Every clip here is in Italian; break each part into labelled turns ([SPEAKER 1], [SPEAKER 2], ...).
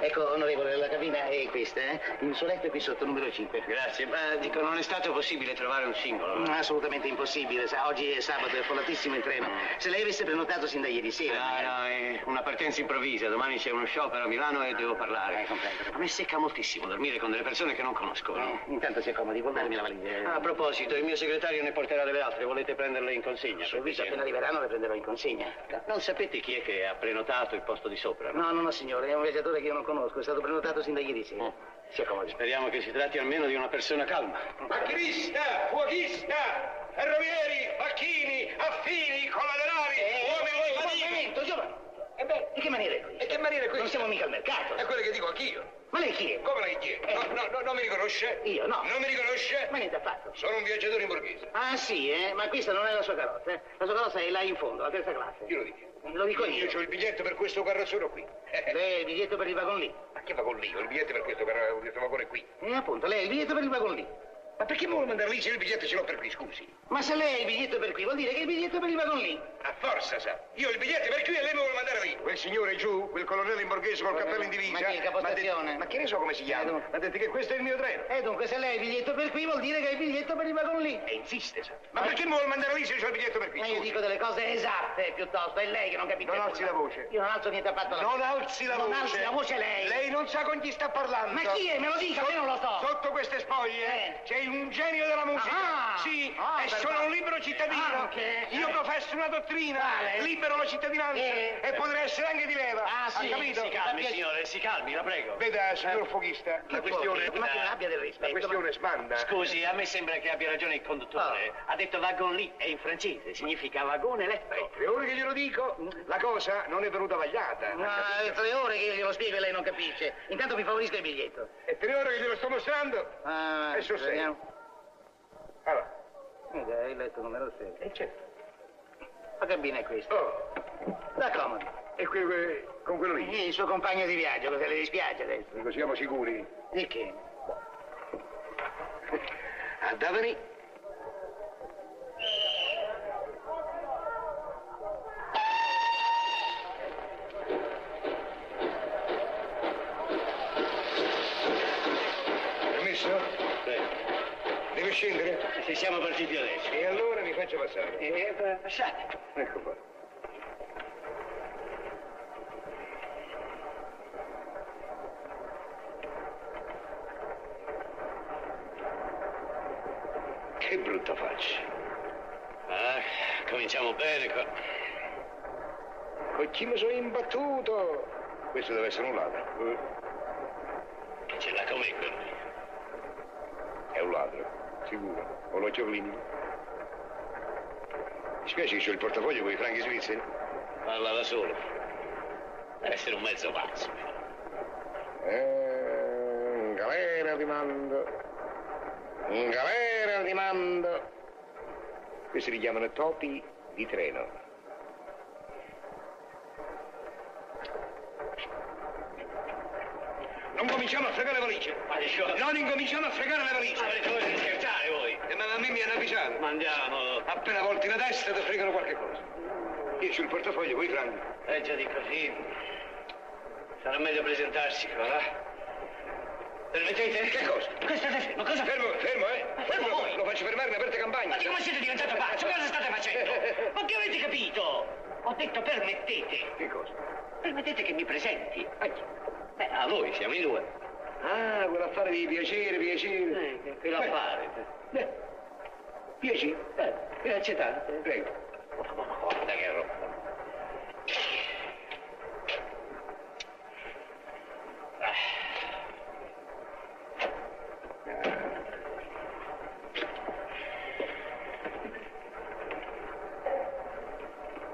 [SPEAKER 1] Ecco, onorevole, la cabina è questa, eh? Il suo letto è qui sotto, numero 5.
[SPEAKER 2] Grazie, ma dico, non è stato possibile trovare un singolo. no?
[SPEAKER 1] Assolutamente impossibile, sa, oggi è sabato, è follatissimo il treno. Se lei avesse prenotato sin da ieri sera...
[SPEAKER 3] Ah,
[SPEAKER 2] No, eh.
[SPEAKER 1] magari-
[SPEAKER 2] no, è una partenza improvvisa. Domani c'è uno sciopero a Milano e devo parlare.
[SPEAKER 1] Eh, comprendo.
[SPEAKER 2] A me secca moltissimo dormire con delle persone che non conosco. no?
[SPEAKER 1] Eh, intanto si accomodi, vuol darmi la valigia? eh?
[SPEAKER 3] Ah,
[SPEAKER 2] A proposito, il mio segretario ne porterà delle altre. Volete prenderle in consegna?
[SPEAKER 1] Subito,
[SPEAKER 2] per
[SPEAKER 1] appena
[SPEAKER 2] piacere?
[SPEAKER 1] arriveranno le prenderò in consegna.
[SPEAKER 2] Non sapete chi è che ha prenotato il posto di sopra? no?
[SPEAKER 1] No, no, no, signore, è un viaggiatore che io non conosco, è stato prenotato sin da ieri sera.
[SPEAKER 2] Oh.
[SPEAKER 1] Si accomodi.
[SPEAKER 2] Speriamo che si tratti almeno di una persona calma.
[SPEAKER 3] Macchirista, fuochista, ferrovieri, macchini, affini, collanari,
[SPEAKER 1] Eh, oh,
[SPEAKER 3] uomini lavadini.
[SPEAKER 1] momento, giovane! E beh, di che maniera è questa?
[SPEAKER 3] eh, E che maniera è Ecco.
[SPEAKER 1] Non
[SPEAKER 3] questa?
[SPEAKER 1] siamo mica al mercato.
[SPEAKER 3] È quello che dico anch'io.
[SPEAKER 1] Ma lei chi è?
[SPEAKER 3] Come la chi è? No, no, no, non mi riconosce?
[SPEAKER 1] Io, no.
[SPEAKER 3] Non mi riconosce?
[SPEAKER 1] Ma niente affatto.
[SPEAKER 3] Sono un viaggiatore in borghese.
[SPEAKER 1] Ah sì, eh? Ma questa non è la sua carrozza, eh? La sua carrozza è là in fondo, la terza classe.
[SPEAKER 3] Io lo dico.
[SPEAKER 1] Lo dico io. Eh,
[SPEAKER 3] Io Eh. ho il biglietto per questo carrozzone qui.
[SPEAKER 1] Lei ha il biglietto per il vagon lì.
[SPEAKER 3] Ma che va con lì? Ho il biglietto per questo, carro- questo vagone qui.
[SPEAKER 1] E Eh, appunto, lei ha il biglietto per il vagon lì.
[SPEAKER 3] Ma perché mi vuole mandare lì se il biglietto ce l'ho per qui, scusi?
[SPEAKER 1] Ma se lei ha il biglietto per qui, vuol dire che ha il biglietto per il vagon lì.
[SPEAKER 3] A forza, sa. Io ho il biglietto per qui e lei mi vuole mandare lì. Quel signore giù, quel colonnello in borghese col cappello in divisa.
[SPEAKER 1] Ma chi è il Eh, capostazione?
[SPEAKER 3] m'ha detto- Ma che ne so come si
[SPEAKER 1] Eh,
[SPEAKER 3] chiama?
[SPEAKER 1] dunque.
[SPEAKER 3] Ha detto che questo è il mio treno.
[SPEAKER 1] E Eh, dunque, se lei ha il biglietto per qui, vuol dire che ha il biglietto per il vagon lì.
[SPEAKER 3] E insiste, sa. Ma perché mi vuole mandare lì se ho il biglietto per qui?
[SPEAKER 1] Ma io
[SPEAKER 3] scusi?
[SPEAKER 1] dico delle cose esatte piuttosto, è lei che non capisce.
[SPEAKER 3] Non
[SPEAKER 1] nulla.
[SPEAKER 3] alzi la voce.
[SPEAKER 1] Io non alzo niente affatto la
[SPEAKER 3] Non alzi la voce.
[SPEAKER 1] Non alzi la voce lei.
[SPEAKER 3] Lei non sa con chi sta parlando.
[SPEAKER 1] Ma chi è? Me lo dica, io non lo so.
[SPEAKER 3] Sotto queste spoglie
[SPEAKER 1] Eh.
[SPEAKER 3] c'è un genio della musica.
[SPEAKER 1] Ah.
[SPEAKER 3] sì,
[SPEAKER 1] Ah,
[SPEAKER 3] e
[SPEAKER 1] per
[SPEAKER 3] sono
[SPEAKER 1] fa-
[SPEAKER 3] un libero cittadino.
[SPEAKER 1] Anche?
[SPEAKER 3] Io
[SPEAKER 1] Eh.
[SPEAKER 3] professo una dottrina.
[SPEAKER 1] Quale?
[SPEAKER 3] Libero la cittadinanza.
[SPEAKER 1] Eh.
[SPEAKER 3] E potrei essere anche di leva.
[SPEAKER 1] Ah, sì,
[SPEAKER 3] Ha capito?
[SPEAKER 1] si calmi, signor.
[SPEAKER 2] Signore, si calmi, la prego.
[SPEAKER 3] Veda, signor fuochista, la questione.
[SPEAKER 1] Ma che non abbia del rispetto.
[SPEAKER 3] La questione smanda.
[SPEAKER 2] Scusi, a me sembra che abbia ragione il conduttore. Ha detto wagon lì, è in francese, significa vagone elettrico.
[SPEAKER 3] E ora Eh, che glielo dico, la cosa non è venuta
[SPEAKER 1] Ma
[SPEAKER 3] vagliata.
[SPEAKER 1] Eh, ma è tre ore che io glielo spiego e lei non capisce. Intanto mi favorisca il biglietto.
[SPEAKER 3] E tre ore che glielo sto mostrando.
[SPEAKER 1] Ah,
[SPEAKER 3] Adesso sei.
[SPEAKER 1] vediamo.
[SPEAKER 3] Allora,
[SPEAKER 1] Ed è il letto numero 6.
[SPEAKER 3] e certo.
[SPEAKER 1] La cabina è questa.
[SPEAKER 3] Oh,
[SPEAKER 1] D'accomodo.
[SPEAKER 3] e que- que- con quello lì.
[SPEAKER 1] Il suo compagno di viaggio, cosa le dispiace adesso?
[SPEAKER 3] Dico, siamo sicuri.
[SPEAKER 1] Di che?
[SPEAKER 3] A Davani? Permesso?
[SPEAKER 2] Ah.
[SPEAKER 3] Devo scendere?
[SPEAKER 2] Se Eh, siamo partiti adesso.
[SPEAKER 3] E allora mi faccio passare.
[SPEAKER 2] Eh, passate.
[SPEAKER 3] Ecco qua. Che brutta faccia.
[SPEAKER 2] Ah, cominciamo bene. co-
[SPEAKER 3] Con chi mi sono imbattuto? Eh. Questo deve essere un ladro.
[SPEAKER 2] Che ce l'ha come quello?
[SPEAKER 3] È un ladro, sicuro. Ho l'occhio clinico. Mi spiace che ho il portafoglio con i franchi svizzeri.
[SPEAKER 2] Parla da solo. Deve essere un mezzo pazzo.
[SPEAKER 3] Eh, in galera ti mando. In galera ti mando. Questi li chiamano topi di treno. Non cominciamo a fregare le valigie.
[SPEAKER 2] Ma di sciocco.
[SPEAKER 3] Non incominciamo a fregare le valigie.
[SPEAKER 2] Ma perché volete scherzare voi?
[SPEAKER 3] Eh, ma a me mi hanno avvisato.
[SPEAKER 2] Ma andiamo.
[SPEAKER 3] Appena volti la testa ti fregano qualche cosa. Io ho il portafoglio con i franchi.
[SPEAKER 2] Peggio eh, di così. Sarà meglio presentarsi qua, là. Permettete?
[SPEAKER 3] Che cosa?
[SPEAKER 2] Questo è fermo, cosa
[SPEAKER 3] Fermo, fermo, eh.
[SPEAKER 2] fermo voi.
[SPEAKER 3] Lo faccio fermare in aperta campagna.
[SPEAKER 2] Oh. Ma di come siete diventato pazzo? Cosa state facendo? Ma che avete capito? Ho detto permettete.
[SPEAKER 3] Che cosa?
[SPEAKER 2] Permettete che mi presenti.
[SPEAKER 3] Ah, chi?
[SPEAKER 2] Beh, a voi siamo in due.
[SPEAKER 3] Ah, quell'affare di piacere, piacere.
[SPEAKER 2] Eh, che l'affare.
[SPEAKER 3] Beh, piacere.
[SPEAKER 2] Eh, grazie tanto.
[SPEAKER 3] Prego.
[SPEAKER 2] Ma guarda che roba.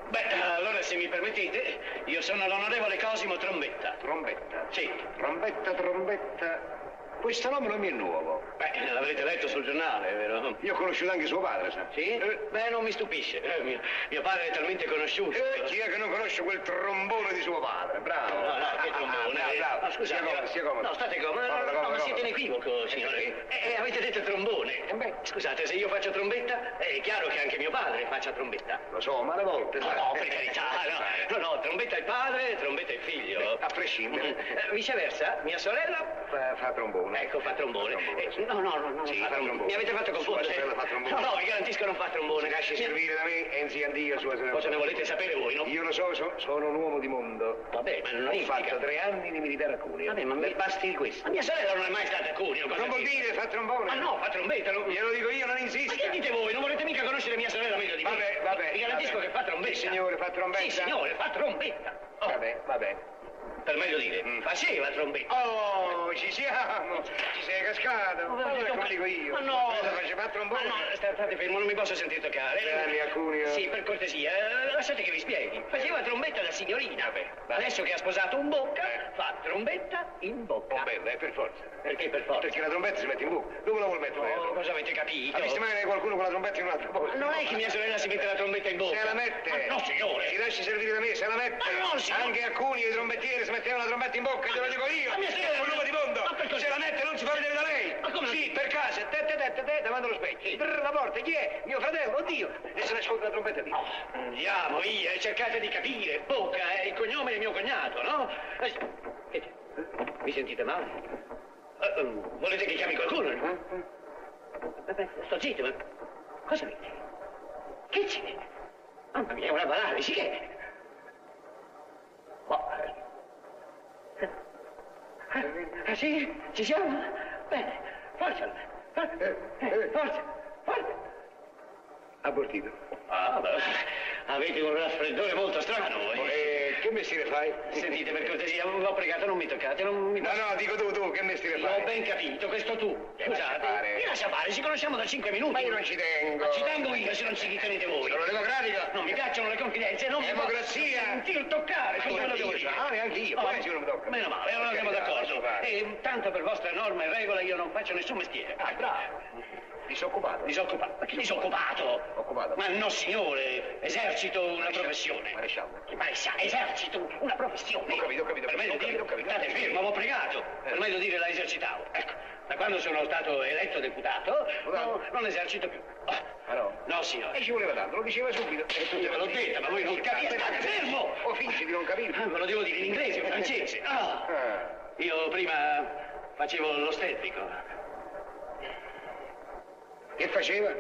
[SPEAKER 2] Beh, allora se mi permettete, io sono l'onorevole Cosimo Trombetta.
[SPEAKER 3] Trombetta.
[SPEAKER 2] Sì.
[SPEAKER 3] Trombetta, trombetta. Questo nome non mi è nuovo.
[SPEAKER 2] Beh, l'avrete letto sul giornale, vero?
[SPEAKER 3] Io ho conosciuto anche suo padre, sa.
[SPEAKER 2] Sì?
[SPEAKER 3] Eh,
[SPEAKER 2] Beh, non mi stupisce. Eh, mio, mio padre è talmente conosciuto.
[SPEAKER 3] eh, chi è che non conosce quel trombone di suo padre? Bravo.
[SPEAKER 2] No, no, che trombone.
[SPEAKER 3] Ah, bravo, bravo.
[SPEAKER 2] ma scusa,
[SPEAKER 3] Sia comodo, sia comodo.
[SPEAKER 2] No, state comodo.
[SPEAKER 3] Comodo,
[SPEAKER 2] no,
[SPEAKER 3] comodo,
[SPEAKER 2] ma siete in
[SPEAKER 3] comodo.
[SPEAKER 2] equivoco, signore.
[SPEAKER 3] sì?
[SPEAKER 2] Eh, eh, avete detto trombone.
[SPEAKER 3] Eh, beh.
[SPEAKER 2] Scusate, se io faccio trombetta, è chiaro che anche mio padre faccia trombetta.
[SPEAKER 3] Lo so, ma alle volte...
[SPEAKER 2] No,
[SPEAKER 3] sai.
[SPEAKER 2] no, per carità, no. No, no, trombetta è il padre, trombetta è il figlio.
[SPEAKER 3] eh. A prescindere.
[SPEAKER 2] Eh, viceversa, mia sorella
[SPEAKER 3] Fa, fa trombone.
[SPEAKER 2] Ecco, fa trombone.
[SPEAKER 3] Trombone,
[SPEAKER 2] Eh,
[SPEAKER 3] sì.
[SPEAKER 2] no, no, no, no.
[SPEAKER 3] Sì,
[SPEAKER 2] fa
[SPEAKER 3] fa trombone.
[SPEAKER 2] Mi avete fatto
[SPEAKER 3] Sua
[SPEAKER 2] confondere.
[SPEAKER 3] sorella fa trombone.
[SPEAKER 2] No, no, vi garantisco non fa trombone.
[SPEAKER 3] Si lasci
[SPEAKER 2] Mi-
[SPEAKER 3] servire da me, Enzi Andio, sua sorella.
[SPEAKER 2] Cosa ne volete sapere voi, no?
[SPEAKER 3] Io lo so, so- sono un uomo di mondo.
[SPEAKER 2] Vabbè, ma non
[SPEAKER 3] Ho
[SPEAKER 2] implica.
[SPEAKER 3] fatto tre anni di militare a Cuneo.
[SPEAKER 2] Vabbè, ma mi-
[SPEAKER 3] Per basti di questo.
[SPEAKER 2] Ma mia sorella non è mai stata a Cuneo. cosa
[SPEAKER 3] Non vuol
[SPEAKER 2] dici?
[SPEAKER 3] dire, fa trombone.
[SPEAKER 2] Ma Ah, no, fa trombetta, non...
[SPEAKER 3] Glielo dico io, non
[SPEAKER 2] Ma
[SPEAKER 3] insista.
[SPEAKER 2] che dite voi? Non volete mica conoscere mia sorella meglio di me?
[SPEAKER 3] Vabbè, vabbè,
[SPEAKER 2] Vi garantisco
[SPEAKER 3] vabbè.
[SPEAKER 2] che fa trombetta.
[SPEAKER 3] Sì, signore, fa trombetta.
[SPEAKER 2] Sì, signore, fa trombetta. Oh,
[SPEAKER 3] Vabbè, vabbè.
[SPEAKER 2] Per meglio dire,
[SPEAKER 3] Mm.
[SPEAKER 2] faceva trombetta.
[SPEAKER 3] Oh, ci siamo! Ci sei cascato! Ma
[SPEAKER 2] Vabbè,
[SPEAKER 3] come dico io?
[SPEAKER 2] Ma no!
[SPEAKER 3] Cosa faceva fa
[SPEAKER 2] Ma
[SPEAKER 3] trombone?
[SPEAKER 2] Ah, no, sta- state fermo, non mi posso sentire toccare.
[SPEAKER 3] Tre anni a Cuneo.
[SPEAKER 2] Sì, per cortesia, eh, lasciate che vi spieghi. Faceva trombetta da signorina.
[SPEAKER 3] va.
[SPEAKER 2] Adesso che ha sposato un bocca,
[SPEAKER 3] Eh.
[SPEAKER 2] fa trombetta in bocca.
[SPEAKER 3] Oh, bello, eh, per forza.
[SPEAKER 2] Perché per forza?
[SPEAKER 3] Perché la trombetta si mette in buco. Dove la vuol mettere?
[SPEAKER 2] Oh, cosa avete capito?
[SPEAKER 3] Ha visto mai qualcuno con la trombetta in un altro posto?
[SPEAKER 2] Non è che mia sorella si mette la trombetta in bocca.
[SPEAKER 3] Se la mette!
[SPEAKER 2] Ma no, signore!
[SPEAKER 3] Si lasci servire da me, se la mette!
[SPEAKER 2] Ma no, signore!
[SPEAKER 3] Anche a Cuneo i trombettieri si mettevano la trombetta in bocca, te lo dico io!
[SPEAKER 2] Ma mia sorella-
[SPEAKER 3] È un uomo di mondo!
[SPEAKER 2] Ma per cosa-
[SPEAKER 3] Se la mette non si fa vedere da lei!
[SPEAKER 2] Ma come-
[SPEAKER 3] Sì, per casa, te te te te te, davanti allo
[SPEAKER 2] Sì.
[SPEAKER 3] specchio! Brr, la porta, chi è? Mio fratello, oddio! E se ne ascolta la trombetta di.
[SPEAKER 2] Oh. Andiamo via, e cercate di capire. Bocca è il cognome di mio cognato, no? Eh, eh, Mi sentite male? Eh, eh, volete che chiami qualcuno? Eh, Vabbè, sto zitto, ma cosa vedi? Che c'è? Mamma mia, è una paralisi, che è? Ma... eh, eh, sì, ci siamo? Bene, forza, for- eh, forza, forza.
[SPEAKER 3] Abortito.
[SPEAKER 2] Ah, ma avete un raffreddore molto strano voi.
[SPEAKER 3] Eh, che mestiere fai?
[SPEAKER 2] Sentite, per cortesia, vi ho pregato, non mi toccate, non mi...
[SPEAKER 3] No, no, dico tu, tu, che mestiere
[SPEAKER 2] L'ho
[SPEAKER 3] fai?
[SPEAKER 2] ben capito, questo tu.
[SPEAKER 3] Che lascia
[SPEAKER 2] Scusate,
[SPEAKER 3] fare.
[SPEAKER 2] mi lascia fare, ci conosciamo da cinque minuti.
[SPEAKER 3] Ma io non ci tengo.
[SPEAKER 2] Ma ci tengo io se non ci tenete voi.
[SPEAKER 3] Sono democratico.
[SPEAKER 2] Non mi piacciono le confidenze, non mi
[SPEAKER 3] Democrazia.
[SPEAKER 2] posso sentir toccare,
[SPEAKER 3] Ma
[SPEAKER 2] cosa
[SPEAKER 3] io
[SPEAKER 2] lo devo
[SPEAKER 3] io,
[SPEAKER 2] dire?
[SPEAKER 3] ah, neanche io,
[SPEAKER 2] Oh,
[SPEAKER 3] poi se uno mi tocca.
[SPEAKER 2] Meno male, allora siamo
[SPEAKER 3] Eh, lascia
[SPEAKER 2] d'accordo.
[SPEAKER 3] fare.
[SPEAKER 2] E tanto per vostra norma e regola io non faccio nessun mestiere.
[SPEAKER 3] Ah, bravo. Disoccupato.
[SPEAKER 2] Disoccupato. Ma chi disoccupato?
[SPEAKER 3] Occupato.
[SPEAKER 2] Ma no, signore, esercito una professione.
[SPEAKER 3] Maresciallo.
[SPEAKER 2] Che maresciallo? Esercito una professione.
[SPEAKER 3] Ho capito, ho capito,
[SPEAKER 2] Per
[SPEAKER 3] ho
[SPEAKER 2] meglio
[SPEAKER 3] capito,
[SPEAKER 2] dire,
[SPEAKER 3] ho capito. Eh.
[SPEAKER 2] state fermo, avevo pregato. Per meglio dire la esercitavo. Ecco, da quando sono stato eletto deputato,
[SPEAKER 3] Deputato?
[SPEAKER 2] no, non esercito più. Ah.
[SPEAKER 3] Ah, no?
[SPEAKER 2] signore.
[SPEAKER 3] E ci voleva tanto, lo diceva subito. E tu
[SPEAKER 2] Io ve l'ho
[SPEAKER 3] dici.
[SPEAKER 2] detta, ma voi non capite. State fermo!
[SPEAKER 3] O fingi di non
[SPEAKER 2] Ah,
[SPEAKER 3] capire.
[SPEAKER 2] Ve lo devo dire in inglese,
[SPEAKER 3] Eh,
[SPEAKER 2] in francese. Ah.
[SPEAKER 3] Ah,
[SPEAKER 2] Io prima facevo l'ostetrico.
[SPEAKER 3] Che faceva?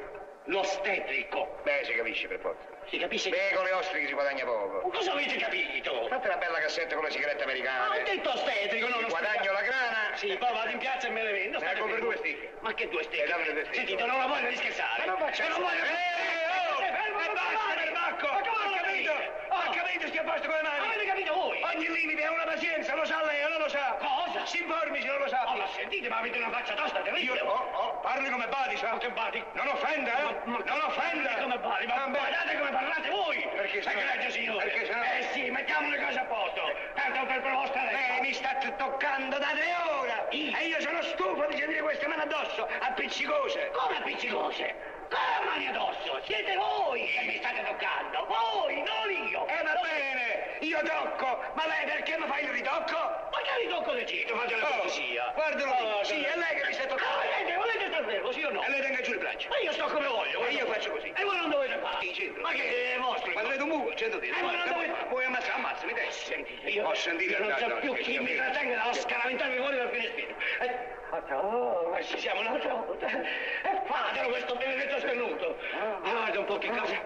[SPEAKER 2] L'ostetrico.
[SPEAKER 3] Beh, si capisce per forza.
[SPEAKER 2] Si capisce?
[SPEAKER 3] Beh, Eh. con le ostriche si guadagna poco.
[SPEAKER 2] Cosa avete capito?
[SPEAKER 3] Fate una bella cassetta con le sigarette
[SPEAKER 2] Ma
[SPEAKER 3] americane.
[SPEAKER 2] ho detto ostetrico, non ostetrico.
[SPEAKER 3] Guadagno la grana.
[SPEAKER 2] Sì, poi vado in piazza e me le vendo.
[SPEAKER 3] Me ne
[SPEAKER 2] state
[SPEAKER 3] compro
[SPEAKER 2] fermo.
[SPEAKER 3] due sticche.
[SPEAKER 2] Ma che due
[SPEAKER 3] Eh, dammene
[SPEAKER 2] sticche?
[SPEAKER 3] due sticche.
[SPEAKER 2] Sentite, non ho voglia di scherzare.
[SPEAKER 3] Ma non faccio-
[SPEAKER 2] Eh, non voglio...
[SPEAKER 3] Eh, oh!
[SPEAKER 2] State fermo,
[SPEAKER 3] E
[SPEAKER 2] non
[SPEAKER 3] basta,
[SPEAKER 2] parlate.
[SPEAKER 3] perbacco!
[SPEAKER 2] Ma come
[SPEAKER 3] Ho
[SPEAKER 2] non
[SPEAKER 3] capito!
[SPEAKER 2] capite?
[SPEAKER 3] Ho
[SPEAKER 2] Oh,
[SPEAKER 3] capito, stia a posto con le mani!
[SPEAKER 2] Avete capito voi?
[SPEAKER 3] Ogni limite ha una pazienza, lo sa lei o non lo sa?
[SPEAKER 2] Cosa?
[SPEAKER 3] Si informi se non lo sa.
[SPEAKER 2] Oh, Ah. ma sentite, ma avete una faccia tosta
[SPEAKER 3] Io,
[SPEAKER 2] terribile.
[SPEAKER 3] oh, oh, parli come Badi, sa?
[SPEAKER 2] Che badi?
[SPEAKER 3] Non offenda, eh?
[SPEAKER 2] Ma- ma-
[SPEAKER 3] non offenda!
[SPEAKER 2] Guardate come parli, ma
[SPEAKER 3] Ah, beh.
[SPEAKER 2] guardate come parlate voi!
[SPEAKER 3] Perché se no-
[SPEAKER 2] Egregio signore!
[SPEAKER 3] perché se no-
[SPEAKER 2] Eh sì, mettiamo le cose a posto! Tanto per proposta
[SPEAKER 3] Lei
[SPEAKER 2] lei!
[SPEAKER 3] mi sta toccando da tre ore!
[SPEAKER 2] Io?
[SPEAKER 3] E io sono stufo di sentire queste mani addosso, appiccicose!
[SPEAKER 2] Come appiccicose? Come mani addosso? Siete voi che mi state toccando! Voi, non io!
[SPEAKER 3] E Eh, va bene, io tocco, ma lei perché mi fa il ritocco?
[SPEAKER 2] Ma che vi tocco deciso? Fate la
[SPEAKER 3] Oh,
[SPEAKER 2] cortesia!
[SPEAKER 3] guardalo lì.
[SPEAKER 2] Oh,
[SPEAKER 3] Sì, è lei che mi sta toccando.
[SPEAKER 2] Ah, vedete, volete star fermo, sì o no?
[SPEAKER 3] E lei tenga giù le braccia.
[SPEAKER 2] Ma io sto come voglio!
[SPEAKER 3] E io
[SPEAKER 2] guarda.
[SPEAKER 3] faccio così.
[SPEAKER 2] E voi non dovete fare!
[SPEAKER 3] Sì, c'entro.
[SPEAKER 2] Ma che eh, è vostro?
[SPEAKER 3] Ma dovete un muro, cento
[SPEAKER 2] Eh, ma non dovete-
[SPEAKER 3] Puoi ammazzare, ammazzami, dai. Sentite,
[SPEAKER 2] Io,
[SPEAKER 3] Ho sentito
[SPEAKER 2] io non
[SPEAKER 3] il
[SPEAKER 2] so
[SPEAKER 3] gatto,
[SPEAKER 2] più
[SPEAKER 3] sì,
[SPEAKER 2] chi
[SPEAKER 3] sì,
[SPEAKER 2] mi
[SPEAKER 3] sì.
[SPEAKER 2] trattenga dallo scaraventarmi fuori dal finestrino. Eh, oh, ma ci siamo un'altra volta. E fatelo questo benedetto spennuto.
[SPEAKER 3] Ah.
[SPEAKER 2] Guarda un po' che cosa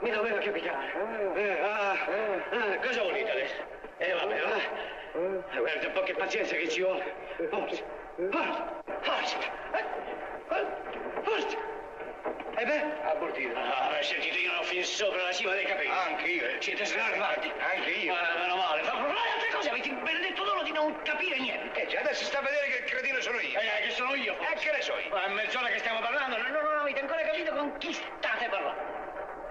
[SPEAKER 2] mi doveva capitare. Eh, ah, ah, cosa volete adesso? Eh, vabbè,
[SPEAKER 3] Ah.
[SPEAKER 2] va. Eh, Guarda un po' che pazienza che ci vuole. Forza, forza, forza. Eh, Forza. Eh
[SPEAKER 3] E beh, abortito.
[SPEAKER 2] Ah, sentite, io non ho fin sopra la cima dei capelli.
[SPEAKER 3] Anche io.
[SPEAKER 2] Siete snervati.
[SPEAKER 3] Anche io.
[SPEAKER 2] Ma meno male. Ma ma le altre cose avete il benedetto dono di non capire niente.
[SPEAKER 3] Eh già, adesso sta a vedere che il cretino sono io.
[SPEAKER 2] Eh, che sono io.
[SPEAKER 3] E che ne so io?
[SPEAKER 2] Ma è mezz'ora che stiamo parlando, non, non avete ancora capito con chi state parlando.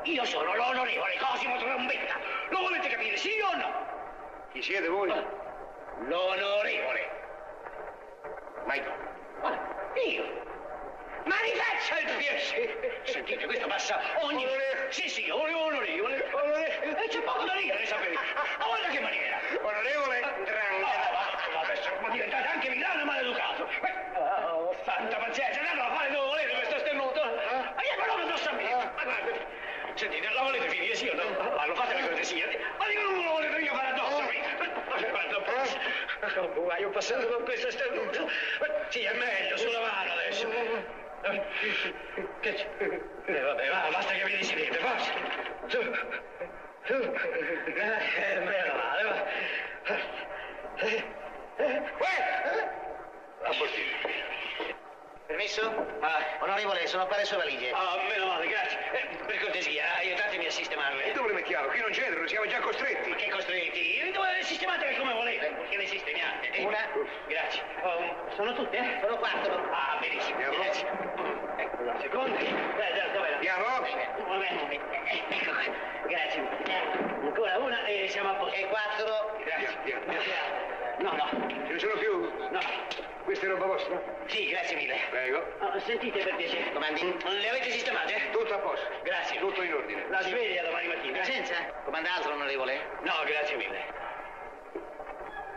[SPEAKER 2] Io sono l'onorevole Cosimo Trombetta. Lo volete capire, sì o no?
[SPEAKER 3] Chi siete voi?
[SPEAKER 2] L'onorevole.
[SPEAKER 3] Ma
[SPEAKER 2] Ma io. Ma rifaccia il piacere. Sentite, questo passa ogni...
[SPEAKER 3] Onorevole.
[SPEAKER 2] Sì, sì, onorevole. Eh, onorevole. E c'è poco da ridere, sapete. Ma guarda che maniera.
[SPEAKER 3] Onorevole
[SPEAKER 2] Ah,
[SPEAKER 3] Drangheta.
[SPEAKER 2] ah, ah, adesso ma diventate anche villano e maleducato. Eh, Oh, santa pazienza, andatelo a fare dove volete questo sternuto. Ma io però non lo sapevo. Ma guardate, sentite, la volete finire sì o no? Ma lo fate la cortesia. Ma dico, non lo volete mica fare addosso a me. Ma se guarda un po'. Oh, guai, ho passato con questo sternuto. Sì, è meglio, sulla mano adesso. Che c'è? Eh, vabbè, va, basta che mi decidete, forza. Su. Su. Eh, meno male, va. Eh, eh, uè!
[SPEAKER 1] Permesso? Ah, onorevole, sono apparecchio valigie.
[SPEAKER 2] Ah, meno male, grazie. Eh, per cortesia, aiutatemi a sistemarle.
[SPEAKER 3] E dove le mettiamo? Qui non c'entrano, siamo già
[SPEAKER 2] Ma
[SPEAKER 3] costretti.
[SPEAKER 2] che costretti? Dove- Sistematele come volete, perché le sistemiate. eh.
[SPEAKER 1] Una.
[SPEAKER 2] Grazie. Oh, sono tutte? eh?
[SPEAKER 1] Sono quattro.
[SPEAKER 2] Ah, benissimo,
[SPEAKER 3] Andiamo.
[SPEAKER 2] grazie. Ecco la seconda. Eh, da- dov'è la-
[SPEAKER 3] Andiamo?
[SPEAKER 2] Un momento, eh, ecco qua. Grazie. Eh, Ancora una e siamo a posto.
[SPEAKER 1] E quattro.
[SPEAKER 2] Grazie.
[SPEAKER 3] Via,
[SPEAKER 2] No, no,
[SPEAKER 3] Ce ne sono più?
[SPEAKER 2] no.
[SPEAKER 3] Questa è roba vostra?
[SPEAKER 2] Sì, grazie mille.
[SPEAKER 3] Prego.
[SPEAKER 2] Oh, sentite per piacere.
[SPEAKER 1] Comandi?
[SPEAKER 2] Le avete sistemate?
[SPEAKER 3] Tutto a posto.
[SPEAKER 2] Grazie.
[SPEAKER 3] Tutto in ordine.
[SPEAKER 2] La sveglia domani mattina. eh?
[SPEAKER 1] Senza? Comanda altro, onorevole?
[SPEAKER 2] No, grazie mille.